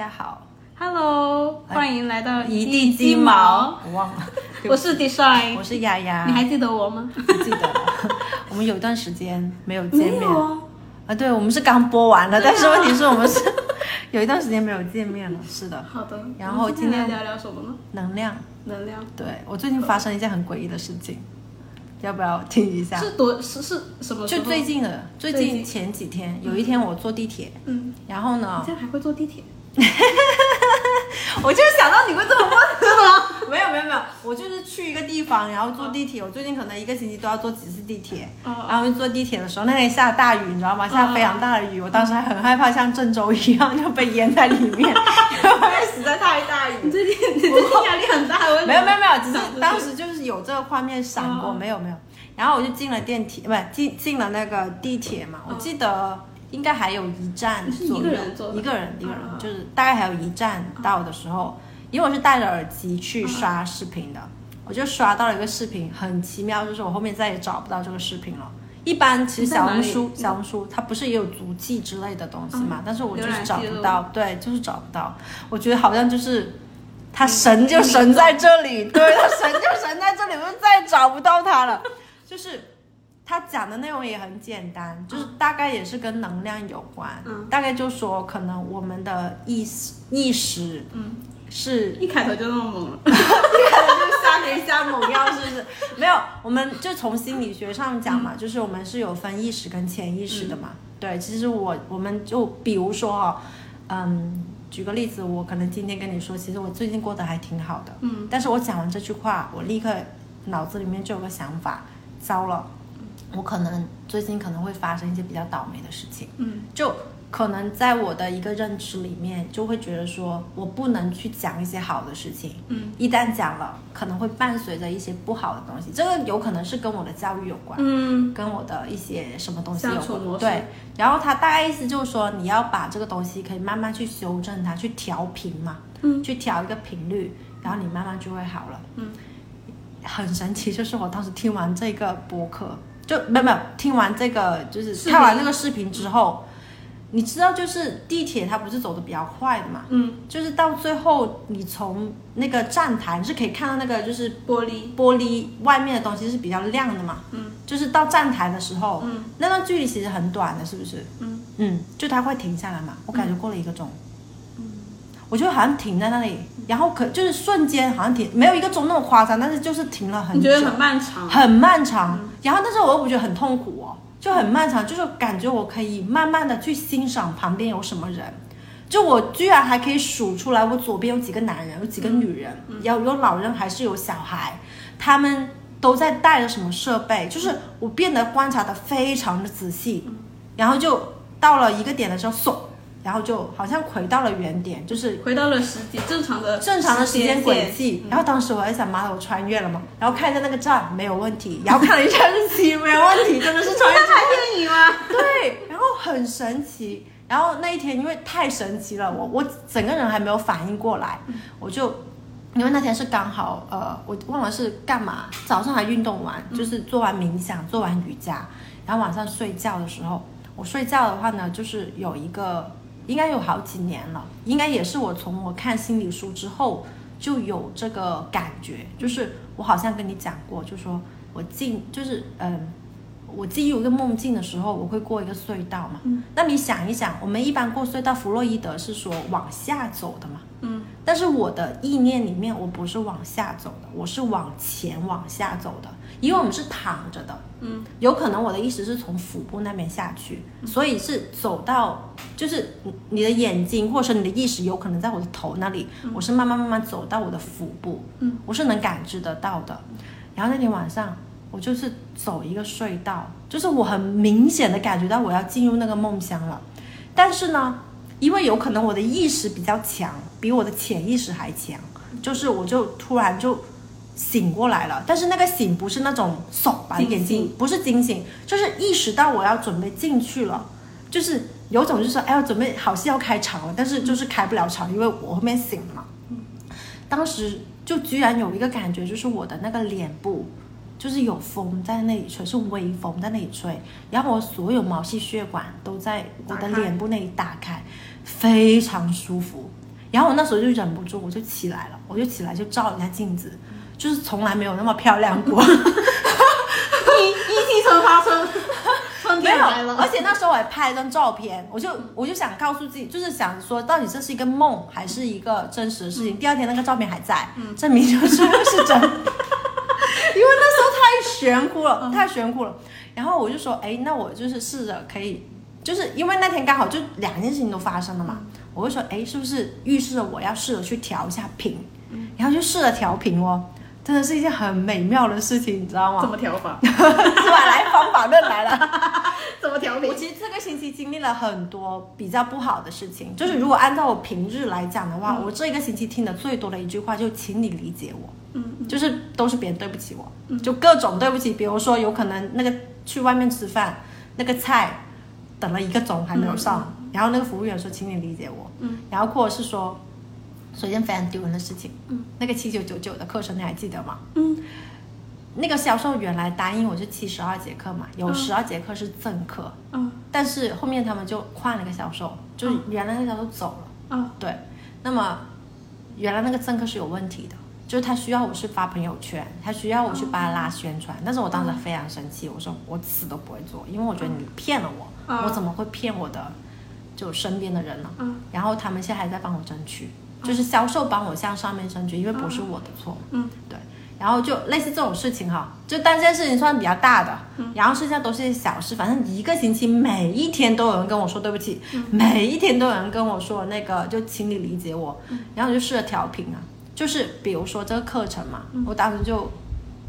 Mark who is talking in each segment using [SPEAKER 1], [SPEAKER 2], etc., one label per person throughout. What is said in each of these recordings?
[SPEAKER 1] 大家好，
[SPEAKER 2] Hello，
[SPEAKER 1] 哎
[SPEAKER 2] 欢迎来到
[SPEAKER 1] 一
[SPEAKER 2] 地
[SPEAKER 1] 地鸡毛，我忘 了，对不
[SPEAKER 2] 我
[SPEAKER 1] 起
[SPEAKER 2] 是 Design，
[SPEAKER 1] 我是啊丫丫，
[SPEAKER 2] 你还记得我吗？
[SPEAKER 1] 不记得了？我们有一段时间没有 见面
[SPEAKER 2] 啊，
[SPEAKER 1] 啊，对，我们是刚播完了，
[SPEAKER 2] 对啊
[SPEAKER 1] 但是问题是我们 是有一段时间没有见面了，是的，
[SPEAKER 2] 好的。
[SPEAKER 1] 然后
[SPEAKER 2] 我们今天
[SPEAKER 1] 今天
[SPEAKER 2] 来聊聊什么呢？
[SPEAKER 1] 能量，
[SPEAKER 2] 能量
[SPEAKER 1] 对我最近发生一件很诡异的事情，要不要听一下？
[SPEAKER 2] 是多是是什么时
[SPEAKER 1] 啊就
[SPEAKER 2] 候？
[SPEAKER 1] 最近的，最
[SPEAKER 2] 最
[SPEAKER 1] 近
[SPEAKER 2] 近
[SPEAKER 1] 前几天有一天我坐地铁，
[SPEAKER 2] 嗯，
[SPEAKER 1] 然后呢
[SPEAKER 2] 你，竟然还会坐地铁？
[SPEAKER 1] 我就是想到你会这么问 没有没有没有，我就是去一个地方，然后坐地铁。我最近可能一个星期都要坐几次地铁。
[SPEAKER 2] 哦
[SPEAKER 1] 然后坐地铁的时候，那天下大雨，你知道吗？下非常大的雨，我当时还很害怕，像郑州一样 就被淹在里面，因为实在太大雨
[SPEAKER 2] 你。最近你最近压力很大，为什么
[SPEAKER 1] 没有没有没有，只
[SPEAKER 2] 想着
[SPEAKER 1] 是
[SPEAKER 2] 去
[SPEAKER 1] 当时就是有这个画面闪过，
[SPEAKER 2] 哦
[SPEAKER 1] 没有没有。然后我就进了电梯，不进进了那个地铁嘛，我
[SPEAKER 2] 嗯
[SPEAKER 1] 记得应该还有一站
[SPEAKER 2] 你是
[SPEAKER 1] 左右，
[SPEAKER 2] 一个人坐的
[SPEAKER 1] 一个人一个人
[SPEAKER 2] 嗯嗯，嗯嗯
[SPEAKER 1] 就是大概还有一站到的时候，因为我是戴着耳机去刷视频的，我就刷到了一个视频，很奇妙，就是我后面再也找不到这个视频了。一般其实
[SPEAKER 2] 你在
[SPEAKER 1] 小
[SPEAKER 2] 哪
[SPEAKER 1] 红
[SPEAKER 2] 里
[SPEAKER 1] 书，
[SPEAKER 2] 嗯
[SPEAKER 1] 小红书它不是也有足迹之类的东西嘛？
[SPEAKER 2] 嗯
[SPEAKER 1] 但是我就是
[SPEAKER 2] 浏览
[SPEAKER 1] 找
[SPEAKER 2] 记
[SPEAKER 1] 不
[SPEAKER 2] 录嗯
[SPEAKER 1] 到，对，就是找不到。我觉得好像就是他神就神在这里，对他神就神在这里，我就再也找不到他了。就是他讲的内容也很简单，就是大概也是跟能量有关，
[SPEAKER 2] 嗯
[SPEAKER 1] 大概就说可能我们的意识意识，
[SPEAKER 2] 嗯，
[SPEAKER 1] 是
[SPEAKER 2] 一开头就那么猛了。
[SPEAKER 1] 就是瞎给瞎猛药，是不是？没有，我们就从心理学上讲嘛，就是我们是有分意识跟潜意识的嘛。对，其实我我们就比如说哈、嗯，举个例子，我可能今天跟你说，其实我最近过得还挺好的，
[SPEAKER 2] 嗯，
[SPEAKER 1] 但是我讲完这句话，我立刻脑子里面就有个想法，糟了，我可能最近可能会发生一些比较倒霉的事情。
[SPEAKER 2] 嗯
[SPEAKER 1] 就可能在我的一个认知里面，就会觉得说我不能去讲一些好的事情，
[SPEAKER 2] 嗯
[SPEAKER 1] 一旦讲了，可能会伴随着一些不好的东西，这个有可能是跟我的教育有关，
[SPEAKER 2] 嗯
[SPEAKER 1] 跟我的一些什么东西有
[SPEAKER 2] 相处模
[SPEAKER 1] 关。
[SPEAKER 2] 式
[SPEAKER 1] 对，然后他大概意思就是说，你要把这个东西可以慢慢去修正它，去调频嘛，
[SPEAKER 2] 嗯
[SPEAKER 1] 去调一个频率，然后你慢慢就会好了。
[SPEAKER 2] 嗯，
[SPEAKER 1] 很神奇，就是我当时听完这个播客，就没有没有听完这个，就是
[SPEAKER 2] 视频
[SPEAKER 1] 看完那个视频之后，你知道，就是地铁它不是走的比较快的嘛，
[SPEAKER 2] 嗯，
[SPEAKER 1] 就是到最后，你从那个站台你是可以看到那个就是
[SPEAKER 2] 玻璃，
[SPEAKER 1] 玻璃外面的东西是比较亮的嘛。
[SPEAKER 2] 嗯。
[SPEAKER 1] 就是到站台的时候，
[SPEAKER 2] 嗯
[SPEAKER 1] 那段距离其实很短的，是不是？
[SPEAKER 2] 嗯
[SPEAKER 1] 嗯，就它会停下来嘛。我感觉过了一个钟，
[SPEAKER 2] 嗯
[SPEAKER 1] 我就好像停在那里，然后可就是瞬间好像停，没有一个钟那么夸张，但是就是停了很
[SPEAKER 2] 你觉
[SPEAKER 1] 久，
[SPEAKER 2] 得很漫长？
[SPEAKER 1] 很漫长。然后但是我又不觉得很痛苦哦，就很漫长，就是感觉我可以慢慢的去欣赏旁边有什么人。就我居然还可以数出来，我左边有几个男人，有几个女人，有有老人还是有小孩，他们都在带着什么设备，就是我变得观察的非常的仔细，然后就到了一个点的时候，嗖，然后就好像回到了原点，就是
[SPEAKER 2] 回到了实际正常的
[SPEAKER 1] 正常的时间轨
[SPEAKER 2] 线
[SPEAKER 1] 迹。然后当时我还想，妈的，我穿越了吗？然后看一下那个站没有问题，然后看了一下日期没有问题，真的是 穿越
[SPEAKER 2] 看电影吗？
[SPEAKER 1] 对，然后很神奇。然后那一天因为太神奇了，我我整个人还没有反应过来，我就因为那天是刚好呃，我忘了是干嘛，早上还运动完，就是做完冥想，做完瑜伽，然后晚上睡觉的时候，我睡觉的话呢，就是有一个应该有好几年了，应该也是我从我看心理书之后就有这个感觉，就是我好像跟你讲过，就说我进就是嗯。我进入一个梦境的时候，我会过一个隧道嘛。
[SPEAKER 2] 嗯
[SPEAKER 1] 那你想一想，我们一般过隧道，弗洛伊德是说往下走的嘛。
[SPEAKER 2] 嗯
[SPEAKER 1] 但是我的意念里面，我不是往下走的，我是往前往下走的，因为我们是躺着的，
[SPEAKER 2] 嗯
[SPEAKER 1] 有可能我的意识是从腹部那边下去，所以是走到，就是你你的眼睛或者说你的意识有可能在我的头那里，我是慢慢慢慢走到我的腹部，
[SPEAKER 2] 嗯，
[SPEAKER 1] 我是能感知得到的。然后那天晚上，我就是走一个隧道，就是我很明显的感觉到我要进入那个梦乡了，但是呢，因为有可能我的意识比较强，比我的潜意识还强，就是我就突然就醒过来了，但是那个醒不是那种手把
[SPEAKER 2] 惊
[SPEAKER 1] 眼睛
[SPEAKER 2] 醒，
[SPEAKER 1] 不是惊醒，就是意识到我要准备进去了，就是有种就是说，哎呀，准备好戏要开场了，但是就是开不了场，因为我后面醒了嘛。当时就居然有一个感觉，就是我的那个脸部。就是有风在那里吹，是微风在那里吹，然后我所有毛细血管都在我的
[SPEAKER 2] 打开
[SPEAKER 1] 脸部那里打开，非常舒服。然后我那时候就忍不住，我就起来了，我就起来就照人家镜子，就是从来没有那么漂亮过。
[SPEAKER 2] 一一汽车发车，春
[SPEAKER 1] 没
[SPEAKER 2] 天
[SPEAKER 1] 有
[SPEAKER 2] 来，了
[SPEAKER 1] 而。且那时候我还拍了一张照片，我就
[SPEAKER 2] 嗯
[SPEAKER 1] 我就想告诉自己，就是想说，到底这是一个梦还是一个真实的
[SPEAKER 2] 嗯
[SPEAKER 1] 事情？第二天那个照片还在，证明就是是 真的，因为那时候太玄乎了，
[SPEAKER 2] 嗯
[SPEAKER 1] 太玄乎了。然后我就说，哎，那我就是试着可以，就是因为那天刚好就两件事情都发生了
[SPEAKER 2] 嗯
[SPEAKER 1] 嘛，我就说，哎，是不是预示着我要试着去调一下频？
[SPEAKER 2] 嗯
[SPEAKER 1] 然后就试着调频哦，真的是一件很美妙的事情，你知道吗
[SPEAKER 2] 怎？么调法？
[SPEAKER 1] 是吧？来，方法论来了。
[SPEAKER 2] 怎么调
[SPEAKER 1] 我
[SPEAKER 2] 频？
[SPEAKER 1] 其实这个星期经历了很多比较不好的事情，就是如果按照我平日来讲的话，
[SPEAKER 2] 嗯
[SPEAKER 1] 我这一个星期听的最多的一句话就“请你理解我”，
[SPEAKER 2] 嗯，
[SPEAKER 1] 就是都是别人对不起我，就各种对不起，比如说有可能那个去外面吃饭，那个菜等了一个钟还没有上，然后那个服务员说“请你理解我”，
[SPEAKER 2] 嗯，
[SPEAKER 1] 然后或者是说。说一件非常丢人的事情，
[SPEAKER 2] 嗯，
[SPEAKER 1] 那个七九九九的课程你还记得吗？
[SPEAKER 2] 嗯，
[SPEAKER 1] 那个销售原来答应我是七十二节课嘛，有
[SPEAKER 2] 嗯
[SPEAKER 1] 十二节课是正课，
[SPEAKER 2] 啊
[SPEAKER 1] 但是后面他们就换了一个销售，就是原来那个销售走了。
[SPEAKER 2] 啊
[SPEAKER 1] 对，那么原来那个政客是有问题的，就是他需要我去发朋友圈，他需要我去帮他拉宣传。但是我当时非常生气，我说我死都不会做，因为我觉得你骗了我，
[SPEAKER 2] 嗯
[SPEAKER 1] 我怎么会骗我的就身边的人呢？
[SPEAKER 2] 啊！
[SPEAKER 1] 然后他们现在还在帮我争取，就是销售帮我向上面争取，因为不是我的错。
[SPEAKER 2] 嗯，
[SPEAKER 1] 对。然后就类似这种事情哈，就但这件事情算比较大的，然后剩下都是一些小事。反正一个星期每一天都有人跟我说对不起，每一天都有人跟我说那个，就请你理解我。然后我就试着调频啊，就是比如说这个课程嘛，我当时就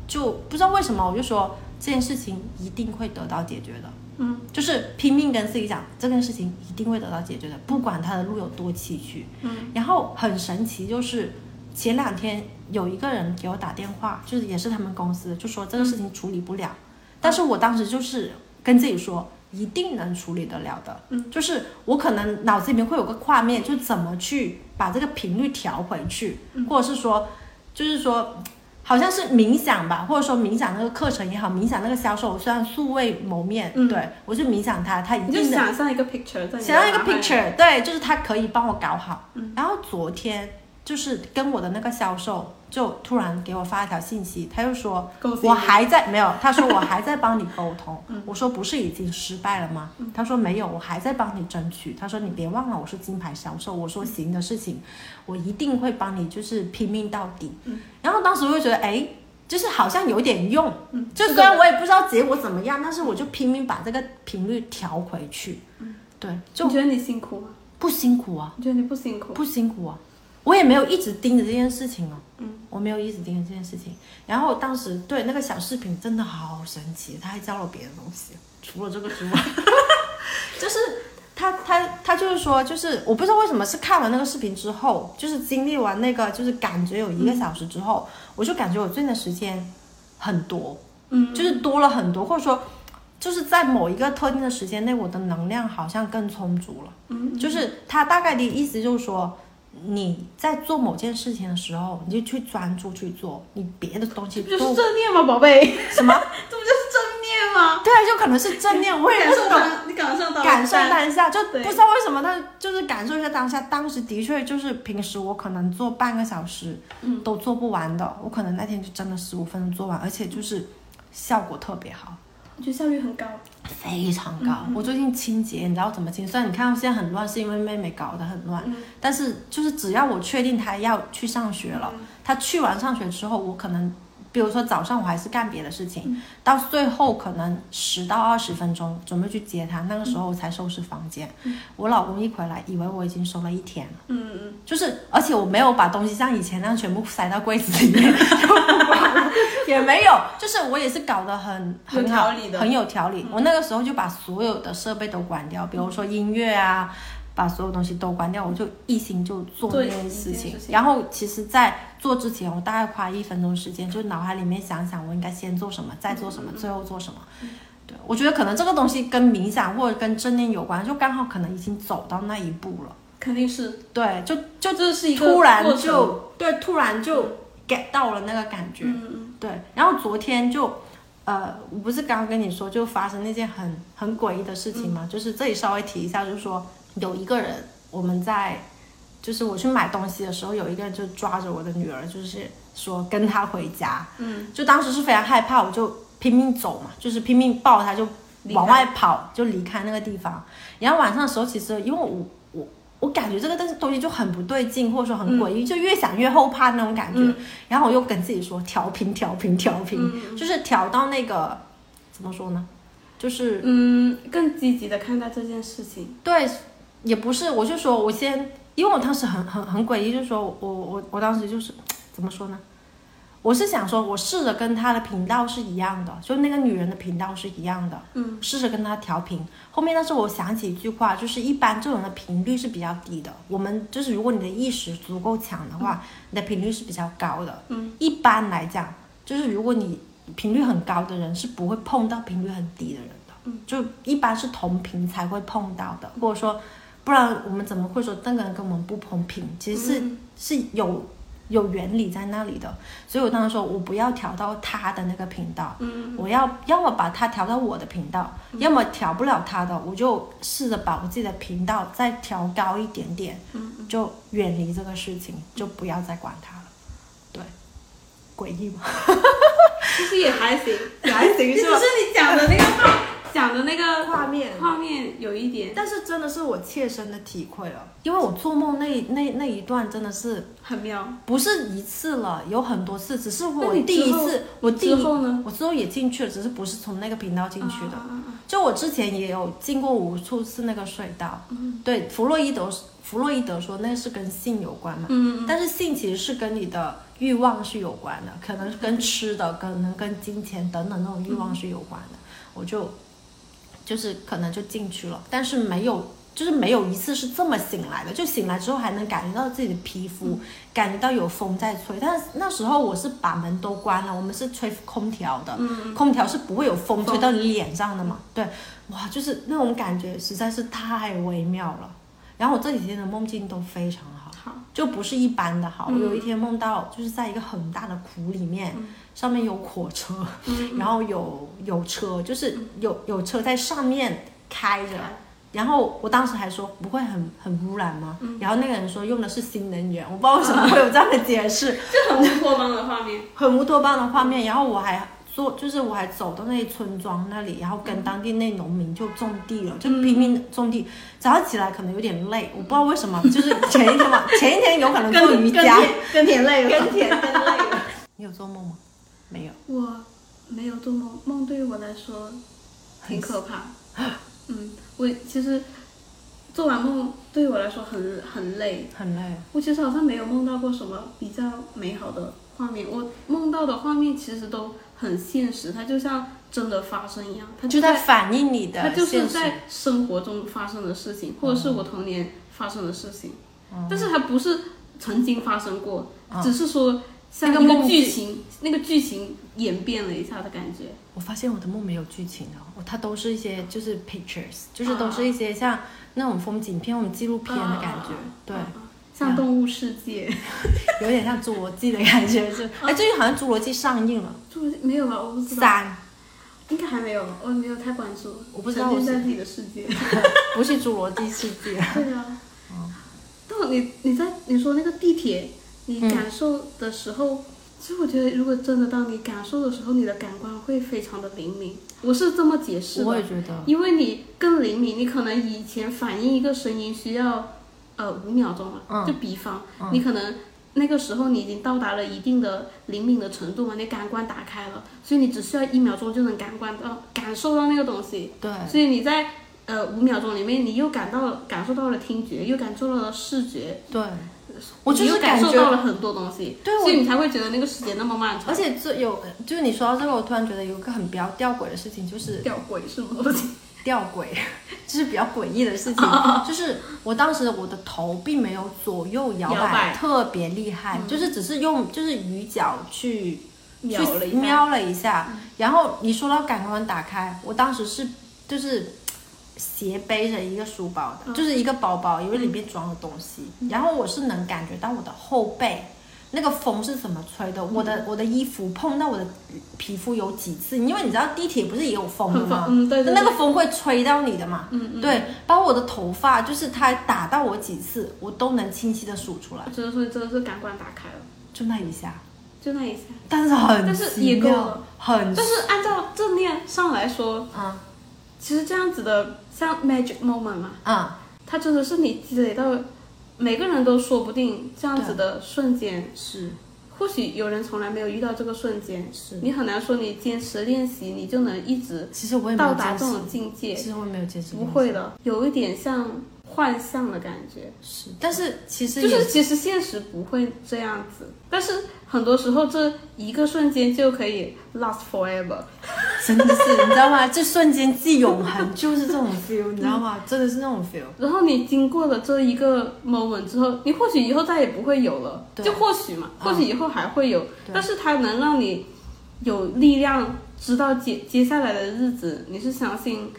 [SPEAKER 1] 就不知道为什么，我就说这件事情一定会得到解决的。
[SPEAKER 2] 嗯
[SPEAKER 1] 就是拼命跟自己讲这件事情一定会得到解决的，不管他的路有多崎岖。
[SPEAKER 2] 嗯，
[SPEAKER 1] 然后很神奇，就是前两天有一个人给我打电话，就是也是他们公司，就说这个事情处理不了，
[SPEAKER 2] 嗯
[SPEAKER 1] 但是我当时就是跟自己说。一定能处理得了的，
[SPEAKER 2] 嗯，
[SPEAKER 1] 就是我可能脑子里面会有个画面，就怎么去把这个频率调回去，
[SPEAKER 2] 嗯
[SPEAKER 1] 或者是说，就是说好像是冥想吧，或者说冥想那个课程也好，冥想那个销售，我虽然素未谋面，
[SPEAKER 2] 嗯
[SPEAKER 1] 对我就冥想他，他一
[SPEAKER 2] 你就
[SPEAKER 1] 定的
[SPEAKER 2] 想象一个 picture 在你的
[SPEAKER 1] 想要一个
[SPEAKER 2] 脑海里
[SPEAKER 1] picture，对，就是他可以帮我搞好。
[SPEAKER 2] 嗯
[SPEAKER 1] 然后昨天就是跟我的那个销售就突然给我发了条信息，他就说
[SPEAKER 2] 恭喜
[SPEAKER 1] 我还在没有，他说我还在帮你沟通
[SPEAKER 2] 嗯。
[SPEAKER 1] 我说不是已经失败了吗？他说没有，我还在帮你争取。他说你别忘了我是金牌销售。我
[SPEAKER 2] 嗯
[SPEAKER 1] 说行的事情，我一定会帮你，就是拼命到底
[SPEAKER 2] 嗯。
[SPEAKER 1] 然后当时我就觉得，哎，就是好像有点用。
[SPEAKER 2] 嗯
[SPEAKER 1] 就虽然我也不知道结果怎么样，但是我就拼命把这个频率调回去。对，就
[SPEAKER 2] 你觉得你辛苦吗？
[SPEAKER 1] 不辛苦啊，
[SPEAKER 2] 你觉得你不辛苦？
[SPEAKER 1] 不辛苦啊，我也没有一直盯着这件事情哦。
[SPEAKER 2] 嗯，
[SPEAKER 1] 我没有一直盯着这件事情。然后当时对那个小视频真的好神奇，他还教了别的东西，除了这个之外， 就是他他他就是说，就是我不知道为什么是看完那个视频之后，就是经历完那个，就是感觉有一
[SPEAKER 2] 嗯
[SPEAKER 1] 个小时之后，我就感觉我最近的时间很多，
[SPEAKER 2] 嗯，
[SPEAKER 1] 就是多了很多，或者说。就是在某一个特定的时间内，我的能量好像更充足了。
[SPEAKER 2] 嗯，
[SPEAKER 1] 就是他大概的意思就是说，你在做某件事情的时候，你就去专注去做，你别的东西
[SPEAKER 2] 这不就
[SPEAKER 1] 都
[SPEAKER 2] 是正念吗，宝贝？
[SPEAKER 1] 什么？
[SPEAKER 2] 这不就是正念吗？
[SPEAKER 1] 对，就可能是正念，我也
[SPEAKER 2] 感
[SPEAKER 1] 不
[SPEAKER 2] 受
[SPEAKER 1] 懂。
[SPEAKER 2] 当，你感受到
[SPEAKER 1] 感受当下，就
[SPEAKER 2] 对
[SPEAKER 1] 不知道为什么，但就是感受一下当下。当时的确就是平时我可能做半个小时
[SPEAKER 2] 嗯
[SPEAKER 1] 都做不完的，我可能那天就真的十五分钟做完，而且就是效果特别好。
[SPEAKER 2] 我觉得效率很高。
[SPEAKER 1] 非常
[SPEAKER 2] 嗯
[SPEAKER 1] 高。我最近清洁，你知道怎么清？虽然你看到现在很乱，是因为妹妹搞得很乱，
[SPEAKER 2] 嗯
[SPEAKER 1] 但是就是只要我确定她要去上学
[SPEAKER 2] 嗯
[SPEAKER 1] 了，她去完上学之后，我可能。比如说早上我还是干别的事情，
[SPEAKER 2] 嗯
[SPEAKER 1] 到最后可能十到二十分钟准备去接她，那个时候我才收拾房间。我老公一回来，以为我已经收了一天了，
[SPEAKER 2] 嗯
[SPEAKER 1] 就是而且我没有把东西像以前那样全部塞到柜子里面， 就不管了 也没有，就是我也是搞得很很
[SPEAKER 2] 有
[SPEAKER 1] 好
[SPEAKER 2] 条理的嗯
[SPEAKER 1] 很有条理。我那个时候就把所有的设备都关掉，比如说音乐啊，把所有东西都关掉，我就一心就做那
[SPEAKER 2] 做
[SPEAKER 1] 件
[SPEAKER 2] 一
[SPEAKER 1] 事
[SPEAKER 2] 件
[SPEAKER 1] 情
[SPEAKER 2] 事。情
[SPEAKER 1] 然后其实，在做之前，我大概花一分钟时间，就脑海里面想想我应该先做什么，再做
[SPEAKER 2] 嗯
[SPEAKER 1] 什么，最后做什么。对，我觉得可能这个东西跟冥想或者跟正念有关，就刚好可能已经走到那一步了。
[SPEAKER 2] 嗯，肯定是，
[SPEAKER 1] 对，就就
[SPEAKER 2] 这是一个
[SPEAKER 1] 突然
[SPEAKER 2] 过程
[SPEAKER 1] 就对，突然就 get 到了那个感觉。
[SPEAKER 2] 嗯
[SPEAKER 1] 对，然后昨天就，呃，我不是刚刚跟你说就发生那件很
[SPEAKER 2] 嗯
[SPEAKER 1] 很诡异的事情嘛，就是这里稍微提一下，就是说有一个人我们在就是我去买东西的时候，有一个人就抓着我的女儿，就是说跟她回家。嗯，就当时是非常害怕，我就拼命走嘛，就是拼命抱她，就
[SPEAKER 2] 离开
[SPEAKER 1] 往外跑，就离开那个地方。然后晚上的时候，其实因为我我我感觉这个东西就很不对劲，或者说很诡异，就越想越后怕那种感觉。然后我又跟自己说调频调频调频，就是调到那个怎么说呢，就是
[SPEAKER 2] 嗯，更积极的看待这件事情。
[SPEAKER 1] 对，也不是，我就说我先，因为我当时很很很诡异，就是说我我我当时就是怎么说呢？我是想说，我试着跟她的频道是一样的，就那个女人的频道是一样的，嗯，试着跟她调频。后面，但是我想起一句话，就是一般这种的频率是比较低的。我们就是如果你的意识足够强的话，你的频率是比较高的。嗯，一般来讲，就是如果你频率很高的人是不会碰到频率很低的人的，嗯，就一般是同频才会碰到的，或者说，不然我们怎么会说那个人跟我们不同频？其实是、是有有原理在那里的。所以我当时说我不要调到他的那个频道，嗯，我要要么把他调到我的频道，要么调不了他的，我就试着把我自己的频道再调高一点点，嗯，就远离这个事情，就不要再管他了。对，诡异 吗？
[SPEAKER 2] 其实也还行，也还行，是吧？
[SPEAKER 3] 只是你讲的那个话，
[SPEAKER 2] 讲的那个
[SPEAKER 1] 画面
[SPEAKER 2] 画面有一点
[SPEAKER 1] 但是真的是我切身的体会了，因为我做梦那那那一段真的是
[SPEAKER 2] 很妙。
[SPEAKER 1] 不是一次了，有很多次，只是我
[SPEAKER 2] 那你
[SPEAKER 1] 第一
[SPEAKER 2] 之后
[SPEAKER 1] 次，我第一
[SPEAKER 2] 之后呢？
[SPEAKER 1] 我之后也进去了，只是不是从那个频道进去的。
[SPEAKER 2] 啊啊啊
[SPEAKER 1] 就我之前也有进过无数次那个隧道，对，弗洛伊德弗洛伊德说那是跟性有关嘛，
[SPEAKER 2] 嗯，
[SPEAKER 1] 但是性其实是跟你的欲望是有关的，可能跟吃的，可能跟金钱等等那种欲望是有关的。我就就是可能就进去了，但是没有。就是没有一次是这么醒来的，就醒来之后还能感觉到自己的皮肤，
[SPEAKER 2] 嗯
[SPEAKER 1] 感觉到有风在吹。但是那时候我是把门都关了，我们是吹空调的，
[SPEAKER 2] 嗯
[SPEAKER 1] 空调是不会有风吹到你脸上的嘛。对，哇，就是那种感觉实在是太微妙了。然后我这几天的梦境都非常好。
[SPEAKER 2] 好，
[SPEAKER 1] 就不是一般的好。我
[SPEAKER 2] 嗯
[SPEAKER 1] 有一天梦到，就是在一个很大的湖里面，上面有火车，
[SPEAKER 2] 嗯
[SPEAKER 1] 然后有有车，就是有有车在上面开着。然后我当时还说不会很很污染吗？然后那个人说用的是新能源，我不知道为什么会有这样的解 释，
[SPEAKER 2] 嗯这很乌托邦的画面。
[SPEAKER 1] 很乌托邦的画面。然后我还做，就是我还走到那些村庄那里，然后跟当地那农民就种地了，就拼命种地。早上起来可能有点累，我不知道为什么，就是前一天嘛，前一天有可能做瑜伽，
[SPEAKER 3] 跟田累了，
[SPEAKER 1] 跟田跟累了。 你有做梦吗？没有，
[SPEAKER 2] 我没有做梦，梦对于我来说挺可怕。嗯，我其实做完梦对于我来说很很累。
[SPEAKER 1] 很累。
[SPEAKER 2] 我其实好像没有梦到过什么比较美好的画面，我梦到的画面其实都很现实，它就像真的发生一样，它
[SPEAKER 1] 就在
[SPEAKER 2] 在
[SPEAKER 1] 反映你
[SPEAKER 2] 它
[SPEAKER 1] 的
[SPEAKER 2] 就
[SPEAKER 1] 现
[SPEAKER 2] 是
[SPEAKER 1] 实。
[SPEAKER 2] 在生活中发生的事情，或者是我童年发生的事情，
[SPEAKER 1] 嗯
[SPEAKER 2] 但是它不是曾经发生过，只是说像
[SPEAKER 1] 那个
[SPEAKER 2] 一
[SPEAKER 1] 梦
[SPEAKER 2] 个
[SPEAKER 1] 境
[SPEAKER 2] 剧情，那个剧情演变了一下的感觉。
[SPEAKER 1] 我发现我的梦没有剧情的，啊我它都是一些就是 pictures，就是都
[SPEAKER 2] 啊
[SPEAKER 1] 是一些像那种风景片、那种纪录片的感觉，
[SPEAKER 2] 啊
[SPEAKER 1] 对，
[SPEAKER 2] 像动物世界，
[SPEAKER 1] 有点像《侏罗纪》的感觉，是。哎，最近好像《侏罗纪》上映了，
[SPEAKER 2] 就没有吧？啊我不知道，
[SPEAKER 1] 三
[SPEAKER 2] 应该还没有，我没有太关注，
[SPEAKER 1] 我不知道
[SPEAKER 2] 沉
[SPEAKER 1] 我
[SPEAKER 2] 浸
[SPEAKER 1] 是
[SPEAKER 2] 在自己的世界。
[SPEAKER 1] 不是《侏罗纪世界》，
[SPEAKER 2] 对啊。但你你在你说那个地铁，你感受的时候，其实我觉得如果真的到你感受的时候，你的感官会非常的灵敏。我是这么解释
[SPEAKER 1] 我也
[SPEAKER 2] 的，
[SPEAKER 1] 觉得，
[SPEAKER 2] 因为你更灵敏，你可能以前反应一个声音需要呃五秒钟嘛，就比方、你可能。那个时候你已经到达了一定的灵敏的程度嘛，你感官打开了，所以你只需要一秒钟就能感官到感受到那个东西。
[SPEAKER 1] 对，
[SPEAKER 2] 所以你在呃五秒钟里面，你又感到感受到了听觉，又感受到了视觉，
[SPEAKER 1] 对，我就
[SPEAKER 2] 你
[SPEAKER 1] 是
[SPEAKER 2] 又感
[SPEAKER 1] 感
[SPEAKER 2] 受
[SPEAKER 1] 觉
[SPEAKER 2] 到了很多东西，
[SPEAKER 1] 对我
[SPEAKER 2] 所以你才会觉得那个时间那么漫长。
[SPEAKER 1] 而且这有，就是你说到这个，我突然觉得有一个很比较吊诡的事情，就是
[SPEAKER 2] 吊诡是吗？东西？
[SPEAKER 1] 吊诡， 就是比较诡异的事情。
[SPEAKER 2] 啊
[SPEAKER 1] 就是我当时我的头并没有左右摇
[SPEAKER 2] 摇摆嗯
[SPEAKER 1] 特别厉害，就是只是用就是鱼角去
[SPEAKER 2] 秒了
[SPEAKER 1] 去
[SPEAKER 2] 一下，嗯
[SPEAKER 1] 瞄了一下。然后你说到感官打开，我当时是就是斜背着一个书包
[SPEAKER 2] 嗯
[SPEAKER 1] 的，就是一个包包，因为里面装了东西。然后我是能感觉到我的后背那个风是怎么吹的，我
[SPEAKER 2] 嗯
[SPEAKER 1] 的我的衣服碰到我的皮肤有几次，因为你知道地铁不是也有风的
[SPEAKER 2] 很
[SPEAKER 1] 吗
[SPEAKER 2] 方，？嗯，对对，
[SPEAKER 1] 那
[SPEAKER 2] 对
[SPEAKER 1] 个风会吹到你的嘛，
[SPEAKER 2] 嗯嗯，
[SPEAKER 1] 对，包括我的头发，就是它打到我几次，我都能清晰的数出来，
[SPEAKER 2] 只能说真的是感官打开了，
[SPEAKER 1] 就那一下，
[SPEAKER 2] 就那一下。
[SPEAKER 1] 但是很
[SPEAKER 2] 但是
[SPEAKER 1] 奇
[SPEAKER 2] 也够
[SPEAKER 1] 妙
[SPEAKER 2] 了，
[SPEAKER 1] 很
[SPEAKER 2] 但是按照正面上来说，
[SPEAKER 1] 嗯
[SPEAKER 2] 其实这样子的像 magic moment 嘛，
[SPEAKER 1] 嗯，
[SPEAKER 2] 它真的是你积累到每个人都说不定这样子的瞬间，
[SPEAKER 1] 是
[SPEAKER 2] 或许有人从来没有遇到这个瞬间，
[SPEAKER 1] 是，
[SPEAKER 2] 你很难说你坚持练习，你就能一直
[SPEAKER 1] 其实我也没
[SPEAKER 2] 到
[SPEAKER 1] 有
[SPEAKER 2] 达
[SPEAKER 1] 坚
[SPEAKER 2] 这种
[SPEAKER 1] 持，
[SPEAKER 2] 境
[SPEAKER 1] 其
[SPEAKER 2] 界，
[SPEAKER 1] 实我也没有坚持，
[SPEAKER 2] 不会的，有一点像幻象的感觉，
[SPEAKER 1] 是，但是其实
[SPEAKER 2] 就
[SPEAKER 1] 也
[SPEAKER 2] 是其实现实不会这样子，但是很多时候这一个瞬间就可以 last forever。
[SPEAKER 1] 真的是，你知道 吗？这瞬间即永恒，就是这种 feel，你知道
[SPEAKER 2] 嗯
[SPEAKER 1] 吗？真的是那种 feel。
[SPEAKER 2] 然后你经过了这一个 moment 之后，你或许以后再也不会有了，
[SPEAKER 1] 对
[SPEAKER 2] 就或许嘛，
[SPEAKER 1] 嗯
[SPEAKER 2] 或许以后还会有，
[SPEAKER 1] 对
[SPEAKER 2] 但是它能让你有力量，知道接接下来的日子，你是相信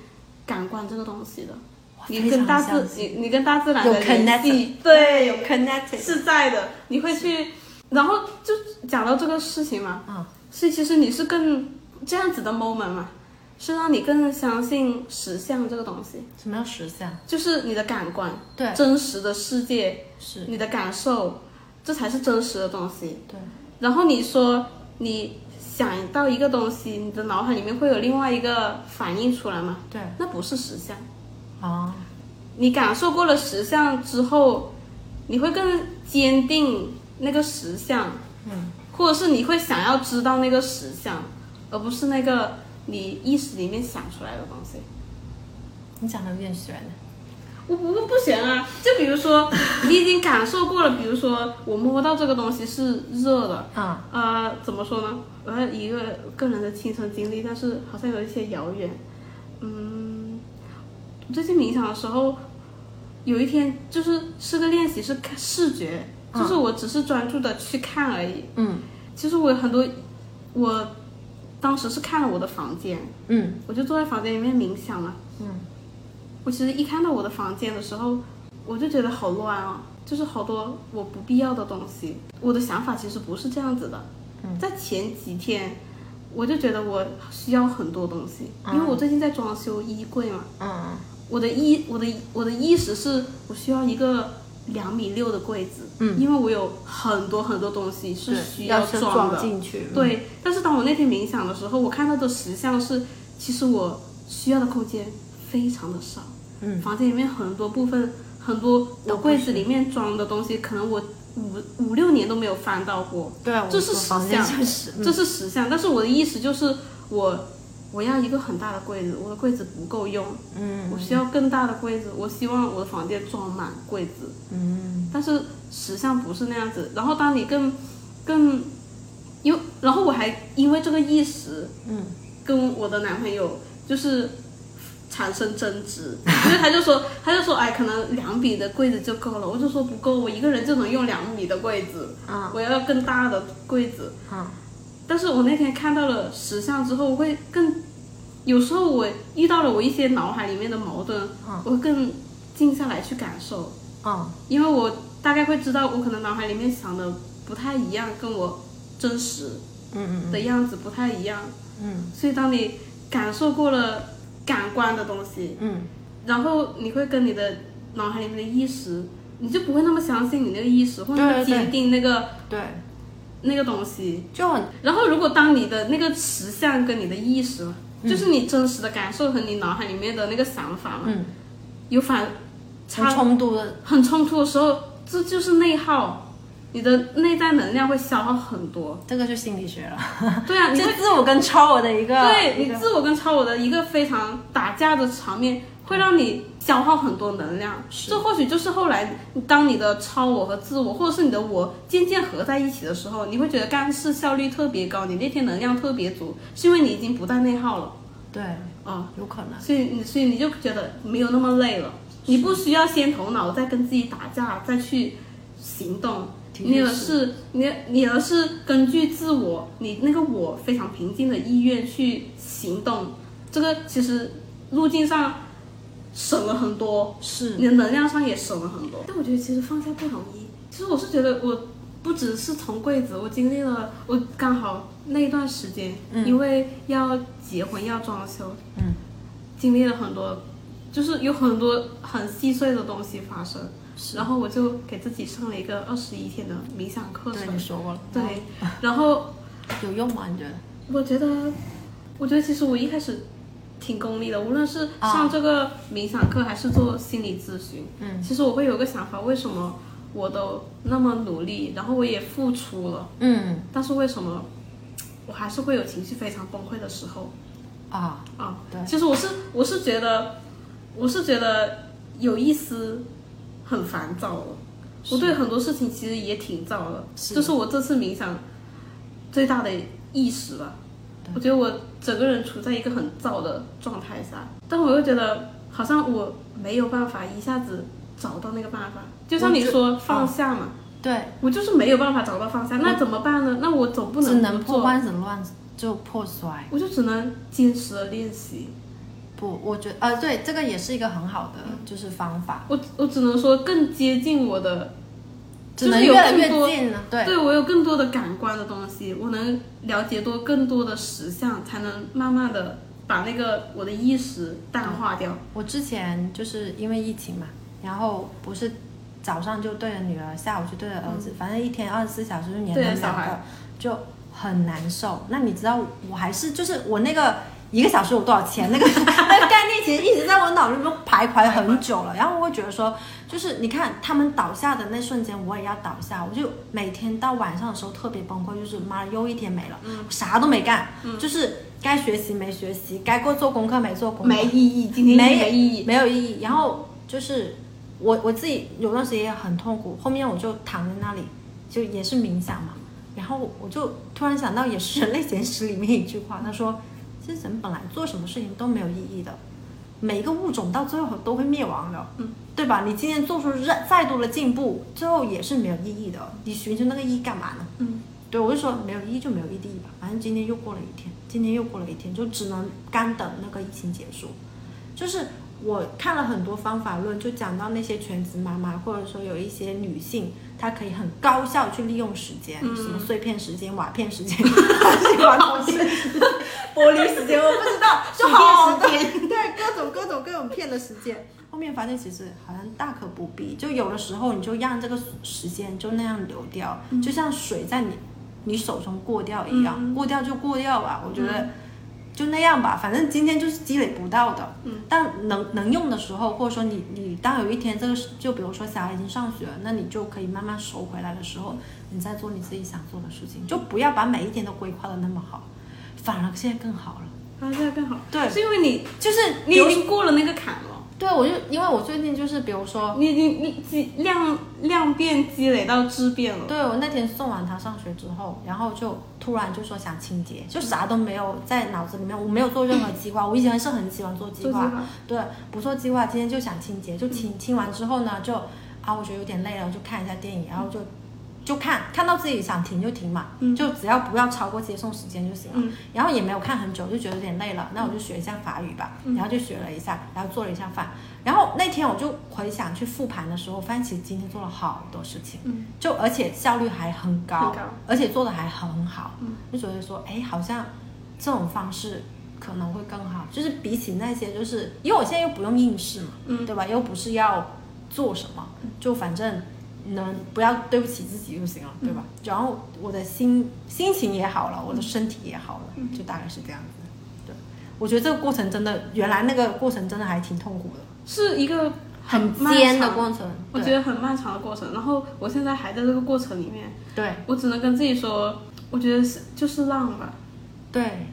[SPEAKER 2] 感官这个东西的，
[SPEAKER 1] 哇
[SPEAKER 2] 你跟大
[SPEAKER 1] 非常
[SPEAKER 2] 自
[SPEAKER 1] 相信
[SPEAKER 2] 你你跟大自然的
[SPEAKER 1] 有
[SPEAKER 2] 联
[SPEAKER 1] connect
[SPEAKER 2] 系，对，
[SPEAKER 1] 有 connected，
[SPEAKER 2] 是在的，你会去，然后就讲到这个事情嘛，
[SPEAKER 1] 嗯，
[SPEAKER 2] 是其实你是更这样子的 moment 嘛，是让你更相信实相这个东西。
[SPEAKER 1] 什么叫实相？
[SPEAKER 2] 就是你的感官，
[SPEAKER 1] 对，
[SPEAKER 2] 真实的世界，
[SPEAKER 1] 是，
[SPEAKER 2] 你的感受，这才是真实的东西。
[SPEAKER 1] 对，
[SPEAKER 2] 然后你说你想到一个东西，你的脑海里面会有另外一个反应出来吗？
[SPEAKER 1] 对，
[SPEAKER 2] 那不是实相。
[SPEAKER 1] 啊，
[SPEAKER 2] 你感受过了实相之后，你会更坚定那个实相，
[SPEAKER 1] 嗯，
[SPEAKER 2] 或者是你会想要知道那个实相，而不是那个你意识里面想出来的东西。
[SPEAKER 1] 你讲的有点悬，
[SPEAKER 2] 我不不行啊！就比如说，你已经感受过了，比如说我摸到这个东西是热的，
[SPEAKER 1] 啊，
[SPEAKER 2] 呃，怎么说呢？我要一个个人的亲身经历，但是好像有一些遥远。嗯，我最近冥想的时候，有一天就是是个练习，是看视觉，就是我只是专注的去看而已。
[SPEAKER 1] 嗯
[SPEAKER 2] 其实我有很多，我当时是看了我的房间，
[SPEAKER 1] 嗯
[SPEAKER 2] 我就坐在房间里面冥想嘛。
[SPEAKER 1] 嗯，
[SPEAKER 2] 我其实一看到我的房间的时候，我就觉得好乱哦，就是好多我不必要的东西。我的想法其实不是这样子的。
[SPEAKER 1] 嗯
[SPEAKER 2] 在前几天，我就觉得我需要很多东西，因为我最近在装修衣柜嘛。
[SPEAKER 1] 嗯
[SPEAKER 2] 我的意我的我的意识是我需要一个两米六的柜子，嗯，因为我有很多很多东西是
[SPEAKER 1] 对
[SPEAKER 2] 需
[SPEAKER 1] 要先
[SPEAKER 2] 装的，
[SPEAKER 1] 进去，
[SPEAKER 2] 对，但是当我那天冥想的时候，我看到的实相是，其实我需要的空间非常的少。
[SPEAKER 1] 嗯，
[SPEAKER 2] 房间里面很多部分，很多
[SPEAKER 1] 都
[SPEAKER 2] 我
[SPEAKER 1] 不
[SPEAKER 2] 柜子里面装的东西，可能我五五六年都没有翻到过，
[SPEAKER 1] 对啊，
[SPEAKER 2] 这是
[SPEAKER 1] 我
[SPEAKER 2] 实
[SPEAKER 1] 房间
[SPEAKER 2] 相
[SPEAKER 1] 就是，嗯
[SPEAKER 2] 这是实相。但是我的意思就是，我我要一个很大的柜子，我的柜子不够用，
[SPEAKER 1] 嗯
[SPEAKER 2] 我需要更大的柜子，我希望我的房间装满柜子。
[SPEAKER 1] 嗯
[SPEAKER 2] 但是实相不是那样子。然后当你更更，因为然后我还因为这个意识，
[SPEAKER 1] 嗯，
[SPEAKER 2] 跟我的男朋友就是产生争执，因为他就说他就说哎，可能两米的柜子就够了，我就说不够，我一个人就能用两米的柜子，
[SPEAKER 1] 嗯
[SPEAKER 2] 我要更大的柜子。
[SPEAKER 1] 嗯
[SPEAKER 2] 但是我那天看到了实相之后，我会更，有时候我遇到了我一些脑海里面的矛盾，
[SPEAKER 1] 啊
[SPEAKER 2] 我会更静下来去感受。
[SPEAKER 1] 嗯
[SPEAKER 2] 因为我大概会知道，我可能脑海里面想的不太一样，跟我真实
[SPEAKER 1] 嗯
[SPEAKER 2] 的样子不太一样。
[SPEAKER 1] 嗯
[SPEAKER 2] 所以当你感受过了感官的东西，
[SPEAKER 1] 嗯
[SPEAKER 2] 然后你会跟你的脑海里面的意识，你就不会那么相信你那个意识，或者那么
[SPEAKER 1] 对对对
[SPEAKER 2] 坚定那个
[SPEAKER 1] 嗯，对，
[SPEAKER 2] 那个东西。
[SPEAKER 1] 就很
[SPEAKER 2] 然后如果当你的那个实相跟你的意识，就是你真实的感受和你脑海里面的那个想法嘛，
[SPEAKER 1] 嗯
[SPEAKER 2] 有反
[SPEAKER 1] 很
[SPEAKER 2] 差
[SPEAKER 1] 冲突的，
[SPEAKER 2] 很冲突的时候，这就是内耗，你的内在能量会消耗很多。
[SPEAKER 1] 这个就心理学了，
[SPEAKER 2] 对啊，你
[SPEAKER 1] 就
[SPEAKER 2] 会
[SPEAKER 1] 自我跟超我的一个，
[SPEAKER 2] 对啊
[SPEAKER 1] 一
[SPEAKER 2] 你
[SPEAKER 1] 个
[SPEAKER 2] 自我跟超我的一个非常打架的场面，会让你消耗很多能量。
[SPEAKER 1] 是
[SPEAKER 2] 这或许就是后来当你的超我和自我，或者是你的我渐渐合在一起的时候，你会觉得干事效率特别高，你那天能量特别足，是因为你已经不再内耗了
[SPEAKER 1] 对，
[SPEAKER 2] 啊、
[SPEAKER 1] 有可能，
[SPEAKER 2] 所以你所以你就觉得没有那么累了，你不需要先头脑再跟自己打架，再去行动。
[SPEAKER 1] 的确
[SPEAKER 2] 你而是你你而是根据自我，你那个我非常平静的意愿去行动，这个其实路径上省了很多，
[SPEAKER 1] 是
[SPEAKER 2] 你的能量上也省了很多。但我觉得其实放下不容易，其实我是觉得我不只是从柜子，我经历了，我刚好那一段时间，因为要结婚要装修，
[SPEAKER 1] 嗯，
[SPEAKER 2] 经历了很多，就是有很多很细碎的东西发生。然后我就给自己上了一个二十一天的冥想课
[SPEAKER 1] 对
[SPEAKER 2] 程
[SPEAKER 1] 你，说过了，
[SPEAKER 2] 对，然后
[SPEAKER 1] 有用吗？你觉得？
[SPEAKER 2] 我觉得，我觉得其实我一开始挺功利的，无论是
[SPEAKER 1] 啊
[SPEAKER 2] 上这个冥想课还是做心理咨询，嗯，其实我会有个想法，为什么我都那么努力，然后我也付出了，
[SPEAKER 1] 嗯
[SPEAKER 2] 但是为什么我还是会有情绪非常崩溃的时候
[SPEAKER 1] 啊，
[SPEAKER 2] 啊？
[SPEAKER 1] 对
[SPEAKER 2] 其实我是我是觉得，我是觉得有一丝很烦躁了。我对很多事情其实也挺燥的，
[SPEAKER 1] 是
[SPEAKER 2] 这是我这次冥想最大的意识吧。我觉得我整个人处在一个很燥的状态下，但我又觉得好像我没有办法一下子找到那个办法，就像你
[SPEAKER 1] 我觉
[SPEAKER 2] 说放下嘛，
[SPEAKER 1] 对，
[SPEAKER 2] 我就是没有办法找到放下，那怎么办呢？那我总不
[SPEAKER 1] 只
[SPEAKER 2] 能
[SPEAKER 1] 能
[SPEAKER 2] 不
[SPEAKER 1] 破
[SPEAKER 2] 做，
[SPEAKER 1] 罐子乱就破摔。
[SPEAKER 2] 我就只能坚持的练习。
[SPEAKER 1] 不，我觉得呃，对，这个也是一个很好的
[SPEAKER 2] 嗯
[SPEAKER 1] 就是方法，
[SPEAKER 2] 我我只能说更接近我的，
[SPEAKER 1] 只
[SPEAKER 2] 就是
[SPEAKER 1] 能
[SPEAKER 2] 有
[SPEAKER 1] 越来
[SPEAKER 2] 更
[SPEAKER 1] 越
[SPEAKER 2] 多
[SPEAKER 1] 近了。对，
[SPEAKER 2] 我有更多的感官的东西，我能了解多更多的实相，才能慢慢的把那个我的意识淡化掉。
[SPEAKER 1] 我之前就是因为疫情嘛，然后不是早上就对着女儿，下午就对着儿子，反正一天二十四小时就黏他
[SPEAKER 2] 嗯对
[SPEAKER 1] 们
[SPEAKER 2] 小
[SPEAKER 1] 两
[SPEAKER 2] 孩
[SPEAKER 1] 个，就很难受。那你知道我还是就是我那个一个小时有多少钱那个 那个概念，其实一直在我脑子里面徘徊很久 了。然后我会觉得说，就是你看他们倒下的那瞬间，我也要倒下，我就每天到晚上的时候特别崩溃，就是妈又一天没了，
[SPEAKER 2] 嗯
[SPEAKER 1] 啥都没干，就是该学习没学习，该过做功课没做功课，
[SPEAKER 2] 没意义，今天
[SPEAKER 1] 没
[SPEAKER 2] 没意义。
[SPEAKER 1] 没有意义。然后就是我我自己有段时间也很痛苦，后面我就躺在那里，就也是冥想嘛。然后我就突然想到，也是《人类简史》里面一句话，他说：“其实人本来做什么事情都没有意义的，每一个物种到最后都会灭亡的，
[SPEAKER 2] 嗯，
[SPEAKER 1] 对吧？你今天做出再再多的进步，最后也是没有意义的。你寻求那个意义干嘛呢？
[SPEAKER 2] 嗯，
[SPEAKER 1] 对我就说没有意义就没有意义吧，反正今天又过了一天，今天又过了一天，就只能干等那个疫情结束。就是我看了很多方法论，就讲到那些全职妈妈，或者说有一些女性，她可以很高效去利用时间，
[SPEAKER 2] 嗯
[SPEAKER 1] 什么碎片时间、瓦片时间、 瓦片时间、玻璃时间，我不知 道，就好多对各种各种各种片的时间。后面发现其实好像大可不必，就有的时候你就让这个时间就那样流掉，就像水在你你手中过掉一样，过掉就过掉吧。我觉得就那样吧，反正今天就是积累不到的。
[SPEAKER 2] 嗯，
[SPEAKER 1] 但能能用的时候，或者说你你当有一天这个是就比如说小孩已经上学了，那你就可以慢慢收回来的时候，你再做你自己想做的事情，就不要把每一天都规划的那么好，反而现在更好了。
[SPEAKER 2] 啊，这样更好。
[SPEAKER 1] 对
[SPEAKER 2] 是因为你
[SPEAKER 1] 就是
[SPEAKER 2] 你
[SPEAKER 1] 比如
[SPEAKER 2] 已经过了那个坎了，
[SPEAKER 1] 对我就因为我最近就是比如说，
[SPEAKER 2] 你你你积量量变积累到质变了。
[SPEAKER 1] 对我那天送完他上学之后，然后就突然就说想清洁，就啥都没有在脑子里面，我没有做任何计划，我以前是很喜欢做计
[SPEAKER 2] 做计
[SPEAKER 1] 划
[SPEAKER 2] 划，嗯
[SPEAKER 1] 对，不做计划，今天就想清洁，就清清完之后呢，就啊我觉得有点累了，我就看一下电影，然后就就看看到自己想停就停嘛，
[SPEAKER 2] 嗯
[SPEAKER 1] 就只要不要超过接送时间就行了。
[SPEAKER 2] 嗯
[SPEAKER 1] 然后也没有看很久，就觉得有点累了，那我就学一下法语吧，然后就学了一下，然后做了一下饭。然后那天我就回想去复盘的时候，发现其实今天做了好多事情，
[SPEAKER 2] 嗯
[SPEAKER 1] 就而且效率还很高，
[SPEAKER 2] 很高
[SPEAKER 1] 而且做的还很好，
[SPEAKER 2] 嗯
[SPEAKER 1] 就觉得说，哎，好像这种方式可能会更好，就是比起那些，就是因为我现在又不用应试嘛，
[SPEAKER 2] 嗯
[SPEAKER 1] 对吧？又不是要做什么，就反正能不要对不起自己就行了，对
[SPEAKER 2] 嗯
[SPEAKER 1] 吧？然后我的心心情也好了，我的身体也好了，
[SPEAKER 2] 嗯
[SPEAKER 1] 就大概是这样子。对，我觉得这个过程真的，原来那个过程真的还挺痛苦的，
[SPEAKER 2] 是一个漫
[SPEAKER 1] 煎的
[SPEAKER 2] 长
[SPEAKER 1] 过程。
[SPEAKER 2] 我觉
[SPEAKER 1] 对
[SPEAKER 2] 得很漫长的过程。然后我现在还在这个过程里面，
[SPEAKER 1] 对
[SPEAKER 2] 我只能跟自己说，我觉得是就是浪吧，
[SPEAKER 1] 对，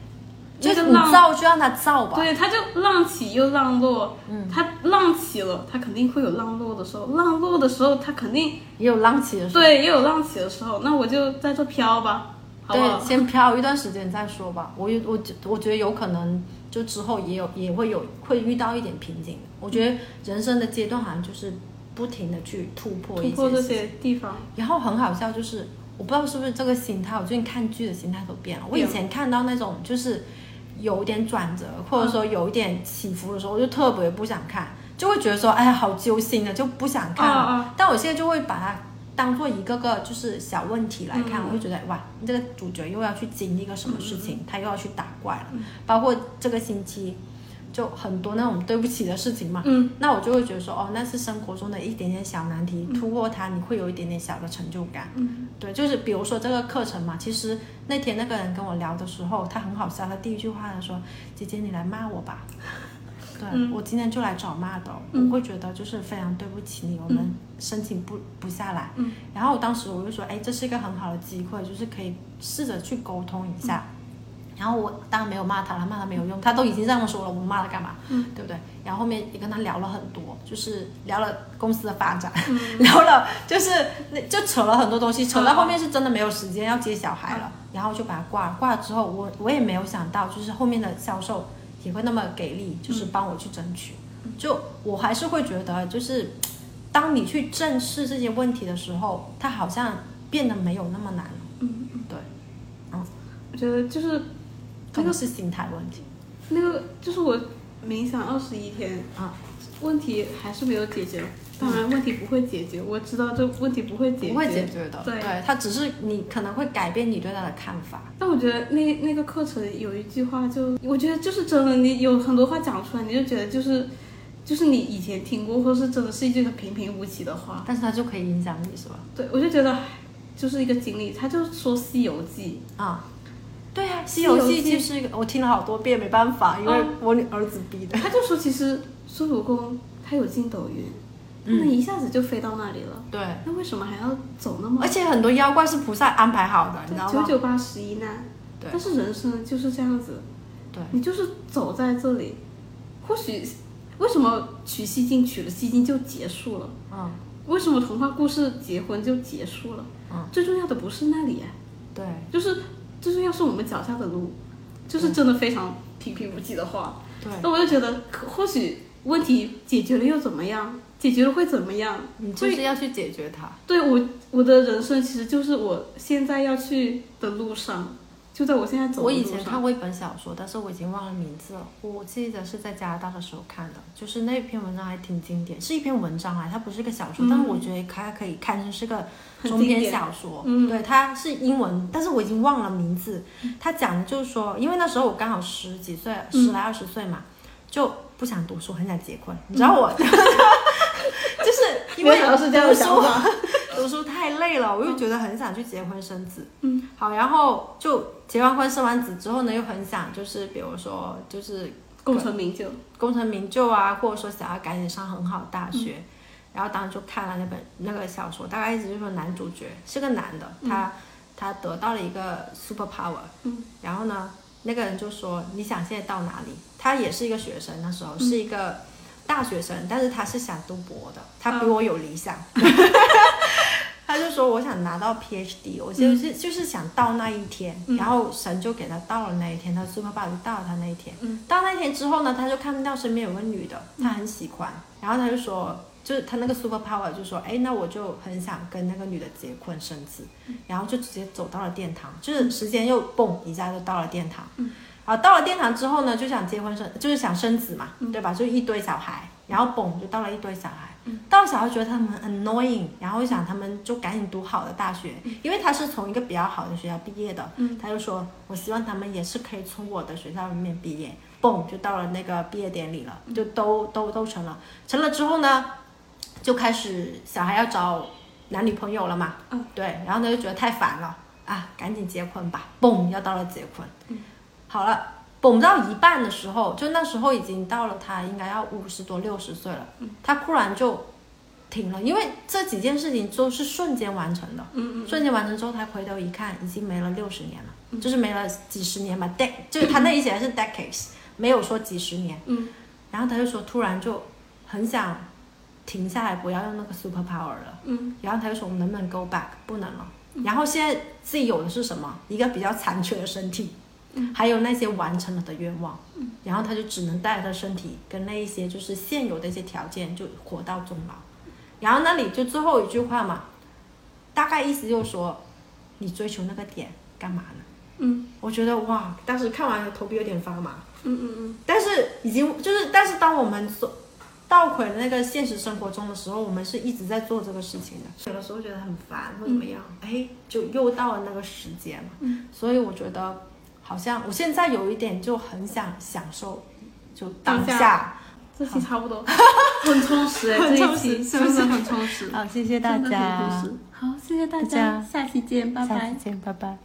[SPEAKER 2] 那
[SPEAKER 1] 就是
[SPEAKER 2] 个
[SPEAKER 1] 你
[SPEAKER 2] 浪
[SPEAKER 1] 造就让它造吧。嗯
[SPEAKER 2] 对，它就浪起又浪落，它浪起了，它肯定会有浪落的时候，浪落的时候它肯定
[SPEAKER 1] 也有浪起的时候。
[SPEAKER 2] 对也有浪起的时候，那我就在这飘吧，好不好
[SPEAKER 1] 对，？先飘一段时间再说吧。我有我觉我觉得有可能就之后也有也会有会遇到一点瓶颈。我觉得人生的阶段好像就是不停的去突破
[SPEAKER 2] 突
[SPEAKER 1] 一
[SPEAKER 2] 破
[SPEAKER 1] 些
[SPEAKER 2] 这
[SPEAKER 1] 事情。
[SPEAKER 2] 些地方，
[SPEAKER 1] 然后很好笑，就是我不知道是不是这个心态，我最近看剧的心态都变了。我以前看到那种就是有一点转折，或者说有一点起伏的时候，我就特别不想看，就会觉得说哎呀好揪心啊，就不想看了。
[SPEAKER 2] 啊啊
[SPEAKER 1] 但我现在就会把它当做一个个就是小问题来看，
[SPEAKER 2] 嗯
[SPEAKER 1] 我会觉得哇，这个主角又要去经历个什么事情，他又要去打怪了，包括这个星期。就很多那种对不起的事情嘛，
[SPEAKER 2] 嗯，
[SPEAKER 1] 那我就会觉得说，哦，那是生活中的一点点小难题，突破它，你会有一点点小的成就感，
[SPEAKER 2] 嗯，
[SPEAKER 1] 对，就是比如说这个课程嘛，其实那天那个人跟我聊的时候，他很好笑，他第一句话他说：“姐姐，你来骂我吧。”对、
[SPEAKER 2] 嗯
[SPEAKER 1] 我今天就来找骂的，
[SPEAKER 2] 嗯
[SPEAKER 1] 我会觉得就是非常对不起你，我们申请不不下来。
[SPEAKER 2] 嗯
[SPEAKER 1] 然后当时我就说，哎，这是一个很好的机会，就是可以试着去沟通一下。
[SPEAKER 2] 嗯
[SPEAKER 1] 然后我当然没有骂他了，骂他没有用，他都已经这样说了，我骂他干嘛？
[SPEAKER 2] 嗯
[SPEAKER 1] 对不对？然后后面也跟他聊了很多，就是聊了公司的发展，
[SPEAKER 2] 嗯
[SPEAKER 1] 聊了就是那就扯了很多东西，扯到
[SPEAKER 2] 嗯
[SPEAKER 1] 后面是真的没有时间要接小孩了，然后就把他挂了。挂了之后，我我也没有想到，就是后面的销售也会那么给力，
[SPEAKER 2] 嗯
[SPEAKER 1] 就是帮我去争取。就我还是会觉得，就是当你去正视这些问题的时候，它好像变得没有那么难了。
[SPEAKER 2] 嗯，
[SPEAKER 1] 对，
[SPEAKER 2] 我觉得就是
[SPEAKER 1] 这
[SPEAKER 2] 这
[SPEAKER 1] 个
[SPEAKER 2] 个
[SPEAKER 1] 是心态问题
[SPEAKER 2] 那个，就是我冥想二十一天，
[SPEAKER 1] 啊，嗯
[SPEAKER 2] 问题还是没有解决。当然，问题不会解决，我知道这问题不会解决，
[SPEAKER 1] 不会解决的。
[SPEAKER 2] 对
[SPEAKER 1] 对，它只是你可能会改变你对它的看法。
[SPEAKER 2] 但我觉得那那个课程有一句话就，我觉得就是真的，你有很多话讲出来，你就觉得就是，就是你以前听过，或是真的是一句平平无奇的话。
[SPEAKER 1] 但是它就可以影响你，是吧？
[SPEAKER 2] 对，我就觉得唉就是一个经历。他就说《西游记
[SPEAKER 1] 啊，对啊，《西
[SPEAKER 2] 西
[SPEAKER 1] 游
[SPEAKER 2] 游
[SPEAKER 1] 记》啊
[SPEAKER 2] 记
[SPEAKER 1] 就是一个我听了好多遍，没办法，因为
[SPEAKER 2] 嗯
[SPEAKER 1] 我儿子逼》的。，
[SPEAKER 2] 他就说其实孙悟空他有筋斗云，他能一下子就飞到那里了，
[SPEAKER 1] 对，
[SPEAKER 2] 那为什么还要走那么
[SPEAKER 1] 而且很多妖怪是菩萨安排好的，你知道
[SPEAKER 2] 九
[SPEAKER 1] 吗？
[SPEAKER 2] 九八十一难？
[SPEAKER 1] 对
[SPEAKER 2] 但是人生就是这样子，
[SPEAKER 1] 对，
[SPEAKER 2] 你就是走在这里，或许为什么取西经取了西经就结束了？
[SPEAKER 1] 嗯，
[SPEAKER 2] 为什么童话故事结婚就结束了？
[SPEAKER 1] 嗯
[SPEAKER 2] 最重要的不是那里、啊，
[SPEAKER 1] 对，
[SPEAKER 2] 就是最重要是我们脚下的路，就是真的非常平平无奇的话。
[SPEAKER 1] 对，
[SPEAKER 2] 那我就觉得，可或许问题解决了又怎么样？解决了会怎么样？
[SPEAKER 1] 你就
[SPEAKER 2] 会
[SPEAKER 1] 是要去解决它。
[SPEAKER 2] 对我我的人生其实就是我现在要去的路上，就在我现在走
[SPEAKER 1] 我
[SPEAKER 2] 的
[SPEAKER 1] 以
[SPEAKER 2] 路
[SPEAKER 1] 前
[SPEAKER 2] 上。
[SPEAKER 1] 看过一本小说，但是我已经忘了名字了。我记得是在加拿大的时候看的，就是那篇文章还挺经典，是一篇文章啊，它不是个小说，但是
[SPEAKER 3] 嗯
[SPEAKER 1] 我觉得它可以堪称是个
[SPEAKER 2] 很
[SPEAKER 1] 中
[SPEAKER 2] 经
[SPEAKER 1] 篇
[SPEAKER 2] 典
[SPEAKER 1] 小说。
[SPEAKER 2] 嗯
[SPEAKER 1] 对，它是英文，但是我已经忘了名字。
[SPEAKER 3] 嗯
[SPEAKER 1] 它讲的就是说，因为那时候我刚好十几岁，十来二十岁嘛，就不想读书，很想结婚。你知道我， 就是因
[SPEAKER 3] 嗯
[SPEAKER 1] 为
[SPEAKER 3] 原来是这样的嗯
[SPEAKER 1] 读书
[SPEAKER 3] 想法
[SPEAKER 1] 读书太累了，我又觉得很想去结婚生子。
[SPEAKER 2] 嗯，
[SPEAKER 1] 好，然后就结完婚生完子之后呢，又很想就是比如说就是
[SPEAKER 2] 功成名就，
[SPEAKER 1] 功成名就啊，或者说想要赶紧上很好的大学。
[SPEAKER 2] 嗯
[SPEAKER 1] 然后当时就看了那本那个小说，大概意思就是说男主角是个男的，他、他得到了一个 super power，
[SPEAKER 2] 嗯，
[SPEAKER 1] 然后呢，那个人就说你想现在到哪里？他也是一个学生，那时候
[SPEAKER 2] 嗯
[SPEAKER 1] 是一个大学生，但是他是想读博的，他
[SPEAKER 2] 嗯
[SPEAKER 1] 比我有理 想。他就说：“我想拿到 PhD，我就是、就是想到那一天，
[SPEAKER 2] 嗯
[SPEAKER 1] 然后神就给他到了那一天，他 super power 就到了他那一天。
[SPEAKER 2] 嗯
[SPEAKER 1] 到那一天之后呢，他就看到身边有个女的，他很喜欢，然后他就说，就是他那个 super power 就说，哎，那我就很想跟那个女的结婚生子，
[SPEAKER 2] 嗯
[SPEAKER 1] 然后就直接走到了殿堂，就是时间又蹦一下就到了殿堂。
[SPEAKER 2] 嗯
[SPEAKER 1] 好，到了殿堂之后呢，就想结婚生，就是想生子嘛，
[SPEAKER 2] 嗯
[SPEAKER 1] 对吧？就一堆小孩，然后嘣就到了一堆小孩，
[SPEAKER 2] 嗯
[SPEAKER 1] 到了小孩觉得他们很 annoying，然后想他们就赶紧读好的大学，因为他是从一个比较好的学校毕业的，
[SPEAKER 2] 嗯
[SPEAKER 1] 他就说我希望他们也是可以从我的学校里面毕业，嘣就到了那个毕业典礼了，
[SPEAKER 2] 嗯
[SPEAKER 1] 就都都都成了，成了之后呢，就开始小孩要找男女朋友了嘛，
[SPEAKER 2] 嗯
[SPEAKER 1] 对，然后他就觉得太烦了啊，赶紧结婚吧，嘣要到了结婚，
[SPEAKER 2] 嗯
[SPEAKER 1] 好了，蹦到一半的时候，就那时候已经到了他应该要五十多六十岁了，
[SPEAKER 2] 嗯
[SPEAKER 1] 他突然就停了，因为这几件事情都是瞬间完成的，
[SPEAKER 2] 嗯嗯嗯
[SPEAKER 1] 瞬间完成之后，他回头一看，已经没了六十年了，就是没了几十年嘛，dec 就是他那里写的是 decades，没有说几十年，
[SPEAKER 2] 嗯，
[SPEAKER 1] 然后他就说突然就很想停下来，不要用那个 super power 了。
[SPEAKER 2] 嗯
[SPEAKER 1] 然后他就说我们能不能 go back？不能了。然后现在自己有的是什么？一个比较残缺的身体，还有那些完成了的愿望。然后他就只能带着他的身体跟那一些就是现有的一些条件就活到终老。然后那里就最后一句话嘛，大概意思就是说，你追求那个点干嘛呢？
[SPEAKER 2] 嗯
[SPEAKER 1] 我觉得哇，当时看完头皮有点发麻。
[SPEAKER 2] 嗯嗯嗯，
[SPEAKER 1] 但是已经就是，但是当我们所倒回那个现实生活中的时候，我们是一直在做这个事情的。有的时候觉得很烦或怎么样，哎、就又到了那个时间嘛。所以我觉得，好像我现在有一点就很想享受，就当
[SPEAKER 2] 当
[SPEAKER 1] 下。
[SPEAKER 2] 这期差不多，很充实哎，
[SPEAKER 1] 很
[SPEAKER 2] 这
[SPEAKER 1] 充
[SPEAKER 2] 一
[SPEAKER 1] 实
[SPEAKER 2] 期是不是很充实？
[SPEAKER 1] 好，谢谢
[SPEAKER 2] 真的很充实。好，谢谢大
[SPEAKER 1] 大家
[SPEAKER 2] 家，下期见，拜拜。
[SPEAKER 1] 见，拜拜。